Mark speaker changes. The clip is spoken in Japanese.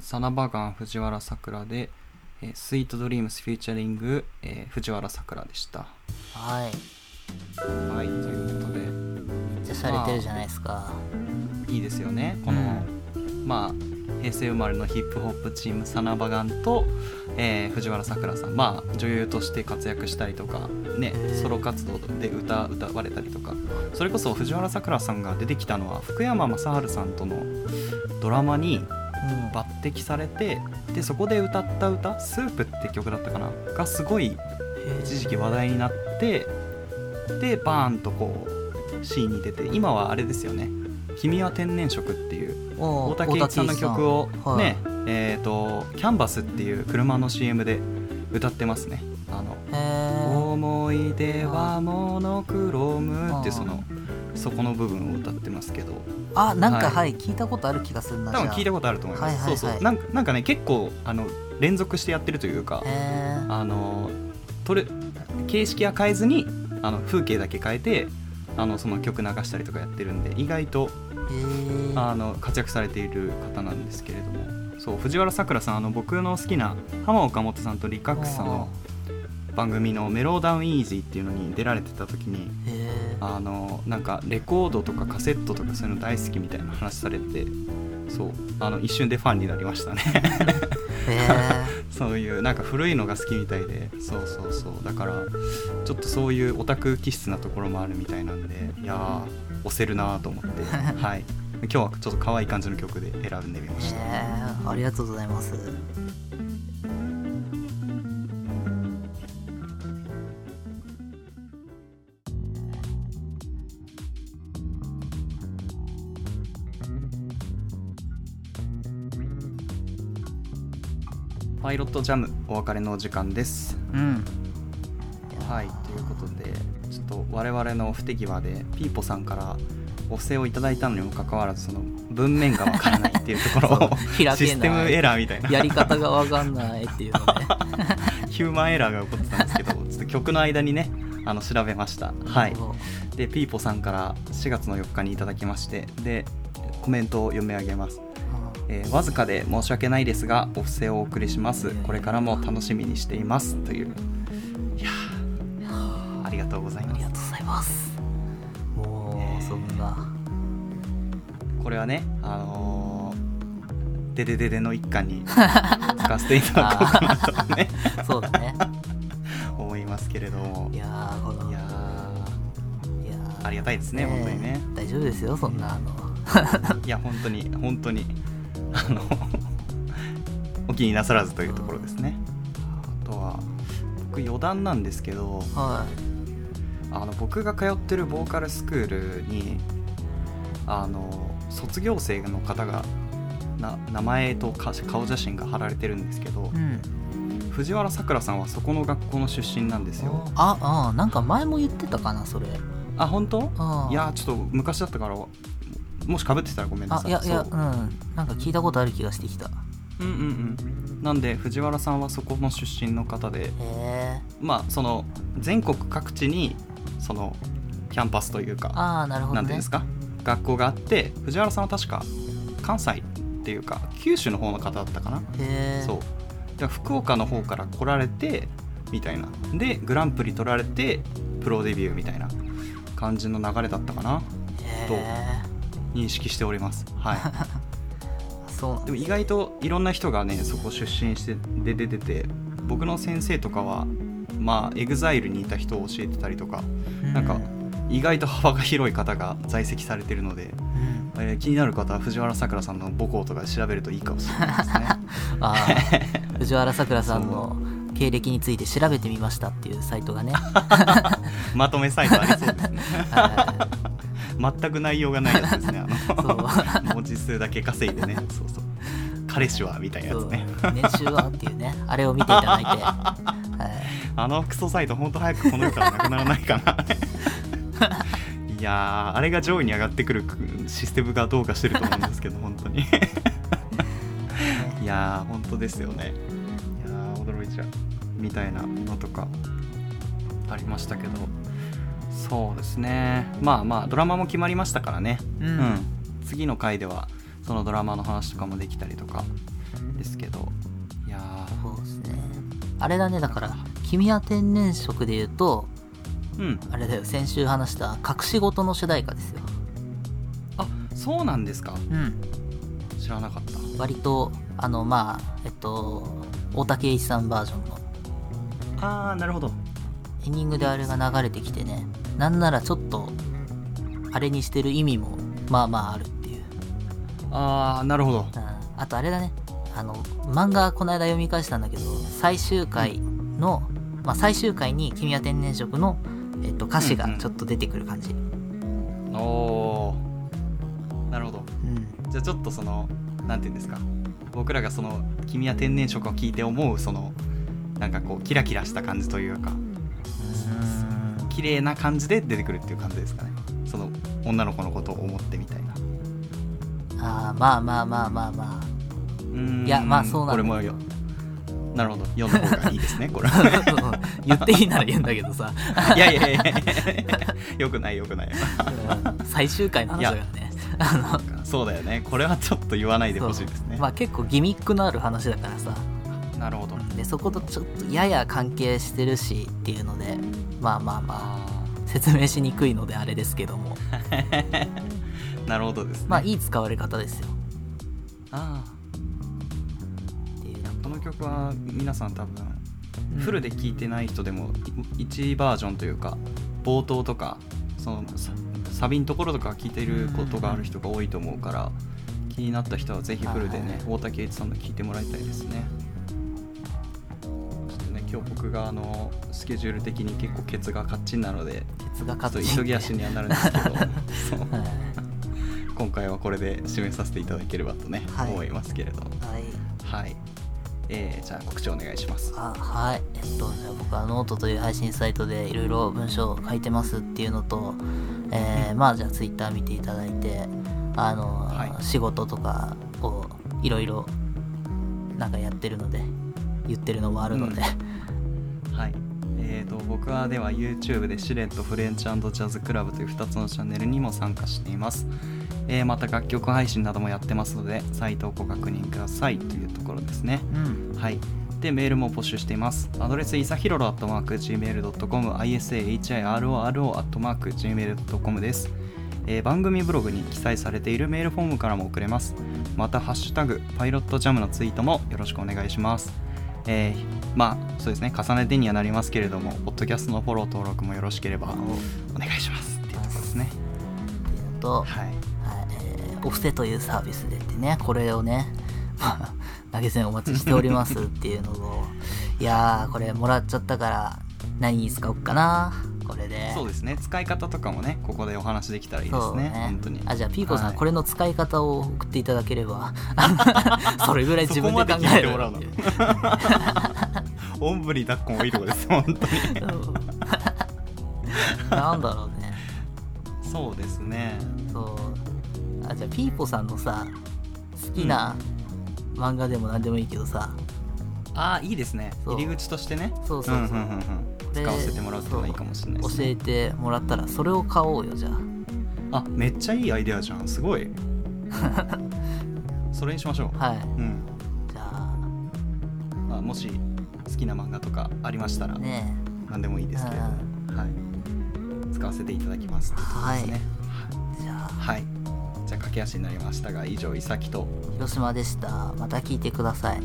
Speaker 1: サナバガン藤原さくらで、えー、スイートドリームスフューチャリング、えー藤原さくらでした。
Speaker 2: はい
Speaker 1: はい、ということで。
Speaker 2: めっちゃ洒落てるじゃないですか
Speaker 1: いいですよねこの、まあ平成生まれのヒップホップチームサナバガンと、えー藤原さくらさんまあ女優として活躍したりとかねソロ活動で歌歌われたりとかそれこそ藤原さくらさんが出てきたのは福山雅治さんとのドラマに
Speaker 2: うん
Speaker 1: 抜擢されてでそこで歌った歌「スープ」って曲だったかながすごい一時期話題になってでバーンとこうシーンに出て今はあれですよね「君は天然色」っていう
Speaker 2: お
Speaker 1: 大竹一さんの曲を
Speaker 2: はい
Speaker 1: ね、えっ、と「キャンバス」っていう車の CM で歌ってますね。あの
Speaker 2: へえ
Speaker 1: 思い出はモノクロームって
Speaker 2: あー
Speaker 1: そのそこの部分を歌ってますけど
Speaker 2: あなん
Speaker 1: は
Speaker 2: か
Speaker 1: い
Speaker 2: はい聞いたことある気がするな
Speaker 1: 多分聞い
Speaker 2: じゃ
Speaker 1: たことあると思います、
Speaker 2: はいはいはい
Speaker 1: そうそうなんかなんかね結構あの連続してやってるというか
Speaker 2: あへー
Speaker 1: あの撮る形式は変えずにあの風景だけ変えてあのその曲流したりとかやってるんで意外と
Speaker 2: へー
Speaker 1: あの活躍されている方なんですけれどもそう藤原さくらさんあの僕の好きな浜岡本さんとリカックスさんの番組の「メローダウンイージー」っていうのに出られてた時に
Speaker 2: へえ
Speaker 1: あのなんかレコードとかカセットとかそういうの大好きみたいな話されてそうあの一瞬でファンになりましたね
Speaker 2: へ
Speaker 1: そういうなんか古いのが好きみたいでそうそうそうだからちょっとそういうオタク気質なところもあるみたいなんでいやー押せるなーと思ってはい今日はちょっと可愛い感じの曲で選んでみました。
Speaker 2: えありがとうございます
Speaker 1: パイロットジャムお別れのお時間です。
Speaker 2: うん
Speaker 1: はい、ということでちょっと我々の不手際でピーポさんからお布施をいただいたのにもかかわらずその文面がわからないっていうところ を
Speaker 2: 開けない
Speaker 1: システムエラーみたいな
Speaker 2: やり方がわかんないっていうので
Speaker 1: ヒューマンエラーが起こってたんですけどちょっと曲の間にねあの調べました はいでピーポさんから4月の4日にいただきましてでコメントを読み上げます、えーわずかで申し訳ないですがお布施をお送りしますこれからも楽しみにしていますといういやーありがとうござい
Speaker 2: あ
Speaker 1: ま
Speaker 2: り
Speaker 1: す
Speaker 2: がとうございますもうそんな
Speaker 1: これはねあのー、デデデデの一環に使わせていただこうかなとね
Speaker 2: そうだね
Speaker 1: 思いますけれども
Speaker 2: いやーこの
Speaker 1: いや
Speaker 2: いや
Speaker 1: ーありがたいですね
Speaker 2: え
Speaker 1: 本当にね
Speaker 2: 大丈夫ですよそんなあの
Speaker 1: いや本当に本当にあの お気になさらずというところですねあとは僕余談なんですけど
Speaker 2: は
Speaker 1: あの僕が通ってるボーカルスクールにあの卒業生の方がな名前とか顔写真が貼られてるんですけど、
Speaker 2: い、うん、
Speaker 1: 藤原さくらさんはそこの学校の出身なんですよ
Speaker 2: ああなんか前も言ってたかなそれ
Speaker 1: あ本当
Speaker 2: あー
Speaker 1: いやちょっと昔だったからもしかぶってたらごめんな
Speaker 2: あ
Speaker 1: さい
Speaker 2: いやいや
Speaker 1: そう
Speaker 2: うんなんか聞いたことある気がしてきたへ
Speaker 1: うんうんうんなんで藤原さんはそこの出身の方で
Speaker 2: え
Speaker 1: まあその全国各地にそのキャンパスというか
Speaker 2: ああなるほど
Speaker 1: なん
Speaker 2: ね
Speaker 1: ていうんですか学校があって藤原さんは確か関西っていうか九州の方の方だったかな
Speaker 2: へえ
Speaker 1: そうだから福岡の方から来られてみたいなでグランプリ取られてプロデビューみたいな感じの流れだったかな
Speaker 2: へえ
Speaker 1: 認識しております、は
Speaker 2: そうな
Speaker 1: い、
Speaker 2: ん
Speaker 1: で
Speaker 2: だ
Speaker 1: も意外といろんな人がねそこ出身してで出てて僕の先生とかはまあエグザイルにいた人を教えてたりとかなんか
Speaker 2: う
Speaker 1: 意外と幅が広い方が在籍されてるので、
Speaker 2: うん
Speaker 1: えー気になる方は藤原さくらさんの母校とか調べるといいかもしれないですね
Speaker 2: あ ー藤原さくらさんの経歴について調べてみましたっていうサイトがね
Speaker 1: まとめサイトありそうです ね
Speaker 2: は
Speaker 1: 全く内容がないやつですねあの
Speaker 2: いそう
Speaker 1: 文字数だけ稼いでねそうそう彼氏はみたいなや
Speaker 2: そ
Speaker 1: つ
Speaker 2: う
Speaker 1: ね
Speaker 2: 年収はっていうねあれを見ていた だいて、はい、
Speaker 1: あのクソサイトほんと早くこの世からなくならないかないやーあれが上位に上がってくるシステムがどうかしてると思うんですけど本当にいやー本当ですよねいやー驚いちゃうみたいなのとかありましたけどそうですねまあまあドラマも決まりましたからね
Speaker 2: う
Speaker 1: うんん、次の回ではそのドラマの話とかもできたりとかですけどいやー
Speaker 2: そうですねあれだねだから君は天然色で言うと
Speaker 1: うん
Speaker 2: あれだよ先週話した隠し事の主題歌ですよ
Speaker 1: あそうなんですか
Speaker 2: うん
Speaker 1: 知らなかった
Speaker 2: 割とあのまあえっと大竹栄一さんバージョンの
Speaker 1: ああなるほど
Speaker 2: エンディングであれが流れてきてねなんならちょっとあれにしてる意味もまあまああるっていう、
Speaker 1: ああなるほど
Speaker 2: うん、あとあれだねあの漫画この間読み返したんだけど最終回の、まあ、最終回に「君は天然色の」えっと、歌詞
Speaker 1: うんう
Speaker 2: が
Speaker 1: ん
Speaker 2: ちょっと出てくる感じ、うん
Speaker 1: おーなるほどじゃあちょっとそのなんていうんですか僕らがその「君は天然色」を聞いて思うそのなんかこうキラキラした感じというか綺麗な感じで出てくるっていう感じですかねその女の子のことを思ってみたいな
Speaker 2: あーまあまあまあまあまあ
Speaker 1: うん
Speaker 2: いやまあそうなんだ
Speaker 1: これもよなるほど読んだ方がいいですねこれ
Speaker 2: 言っていいなら言うんだけ どさ
Speaker 1: いやいやいやいやよくないよ くない
Speaker 2: うん最終回の話だからね
Speaker 1: そうだよねこれはちょっと言わないでほしいですね、
Speaker 2: そうまあ結構ギミックのある話だからさ
Speaker 1: なるほど
Speaker 2: でそことちょっとやや関係してるしっていうのでまあまあま
Speaker 1: あ
Speaker 2: あ説明しにくいのであれですけども
Speaker 1: ーなるほどですね、
Speaker 2: まあいい使われ方ですよ
Speaker 1: あ
Speaker 2: っていう
Speaker 1: ーこの曲は皆さん多分
Speaker 2: うん
Speaker 1: フルで聴いてない人でも1バージョンというか冒頭とかそのササビのところとか聴いてることがある人が多いと思うから気になった人はぜひフルでね大竹栄一さんの聴いてもらいたいですね。ちょっとね今日僕があのスケジュール的に結構ケツがカッチンなので
Speaker 2: ケツ
Speaker 1: ちょ
Speaker 2: が
Speaker 1: っ
Speaker 2: 勝
Speaker 1: と
Speaker 2: つ
Speaker 1: 急ぎ足にはなるんですけ どそう
Speaker 2: はい
Speaker 1: 今回はこれで締めさせていただければとね、
Speaker 2: はい
Speaker 1: 思いますけれど
Speaker 2: はい
Speaker 1: はい、えーじゃあ告知お願いします。
Speaker 2: あはいえっとじゃあ僕はノートという配信サイトでいろいろ文章を書いてますっていうのと、えーまあじゃあツイッター見ていただいてあの、
Speaker 1: はい
Speaker 2: 仕事とかをいろいろなんかやってるので言ってるのもあるので、
Speaker 1: はい、えー、と僕はでは YouTube でシレットフレンチジャズクラブという2つのチャンネルにも参加しています、えーまた楽曲配信などもやってますのでサイトをご確認くださいというところですね
Speaker 2: うん
Speaker 1: はいでメールも募集していますアドレスいさひろろ .gmail.com isahiroro.gmail.com です、えー番組ブログに記載されているメールフォームからも送れますまた「ハッシュタグパイロットジャム」のツイートもよろしくお願いしますえーまあそうですね重ねてにはなりますけれどもポッドキャストのフォロー登録もよろしければお願いしますっていうところですね
Speaker 2: っていうのと、
Speaker 1: はい
Speaker 2: はいえーオフセというサービスでってねこれをね、 まあ、投げ銭お待ちしておりますっていうのをいやーこれもらっちゃったから何に使おうかなこれで
Speaker 1: そうですね使い方とかもねここでお話できたらいいで
Speaker 2: そ
Speaker 1: す
Speaker 2: う
Speaker 1: ね本当に
Speaker 2: あじゃあピーコさん、
Speaker 1: はい
Speaker 2: これの使い方を送っていただけ ればそれぐらい自分で考えろよっていう
Speaker 1: おんぶに抱っこもいいとこです本当に
Speaker 2: うんなんだろうね
Speaker 1: そうですね
Speaker 2: そうあじゃあピーポさんのさ好きな漫画でも何でもいいけどさ、
Speaker 1: ああいいですね
Speaker 2: そう
Speaker 1: 入り口としてね
Speaker 2: そうそうそう
Speaker 1: うんうんうんうん
Speaker 2: で
Speaker 1: 使わせてもらうっていうのはいいかもしれないで
Speaker 2: 教
Speaker 1: す、
Speaker 2: え
Speaker 1: ね、
Speaker 2: てもらったらそれを買おうよじゃあ
Speaker 1: あめっちゃいいアイデアじゃんす ごいそれにしましょう、
Speaker 2: はい
Speaker 1: うん
Speaker 2: じゃあ
Speaker 1: まあ、もし好きな漫画とかありましたら
Speaker 2: ね
Speaker 1: 何でもいいですけれども、はい、使わせていただきますってことですね
Speaker 2: えじゃあ
Speaker 1: はい、じゃあ駆け足になりましたが以上いさきと
Speaker 2: 広島でしたまた聞いてください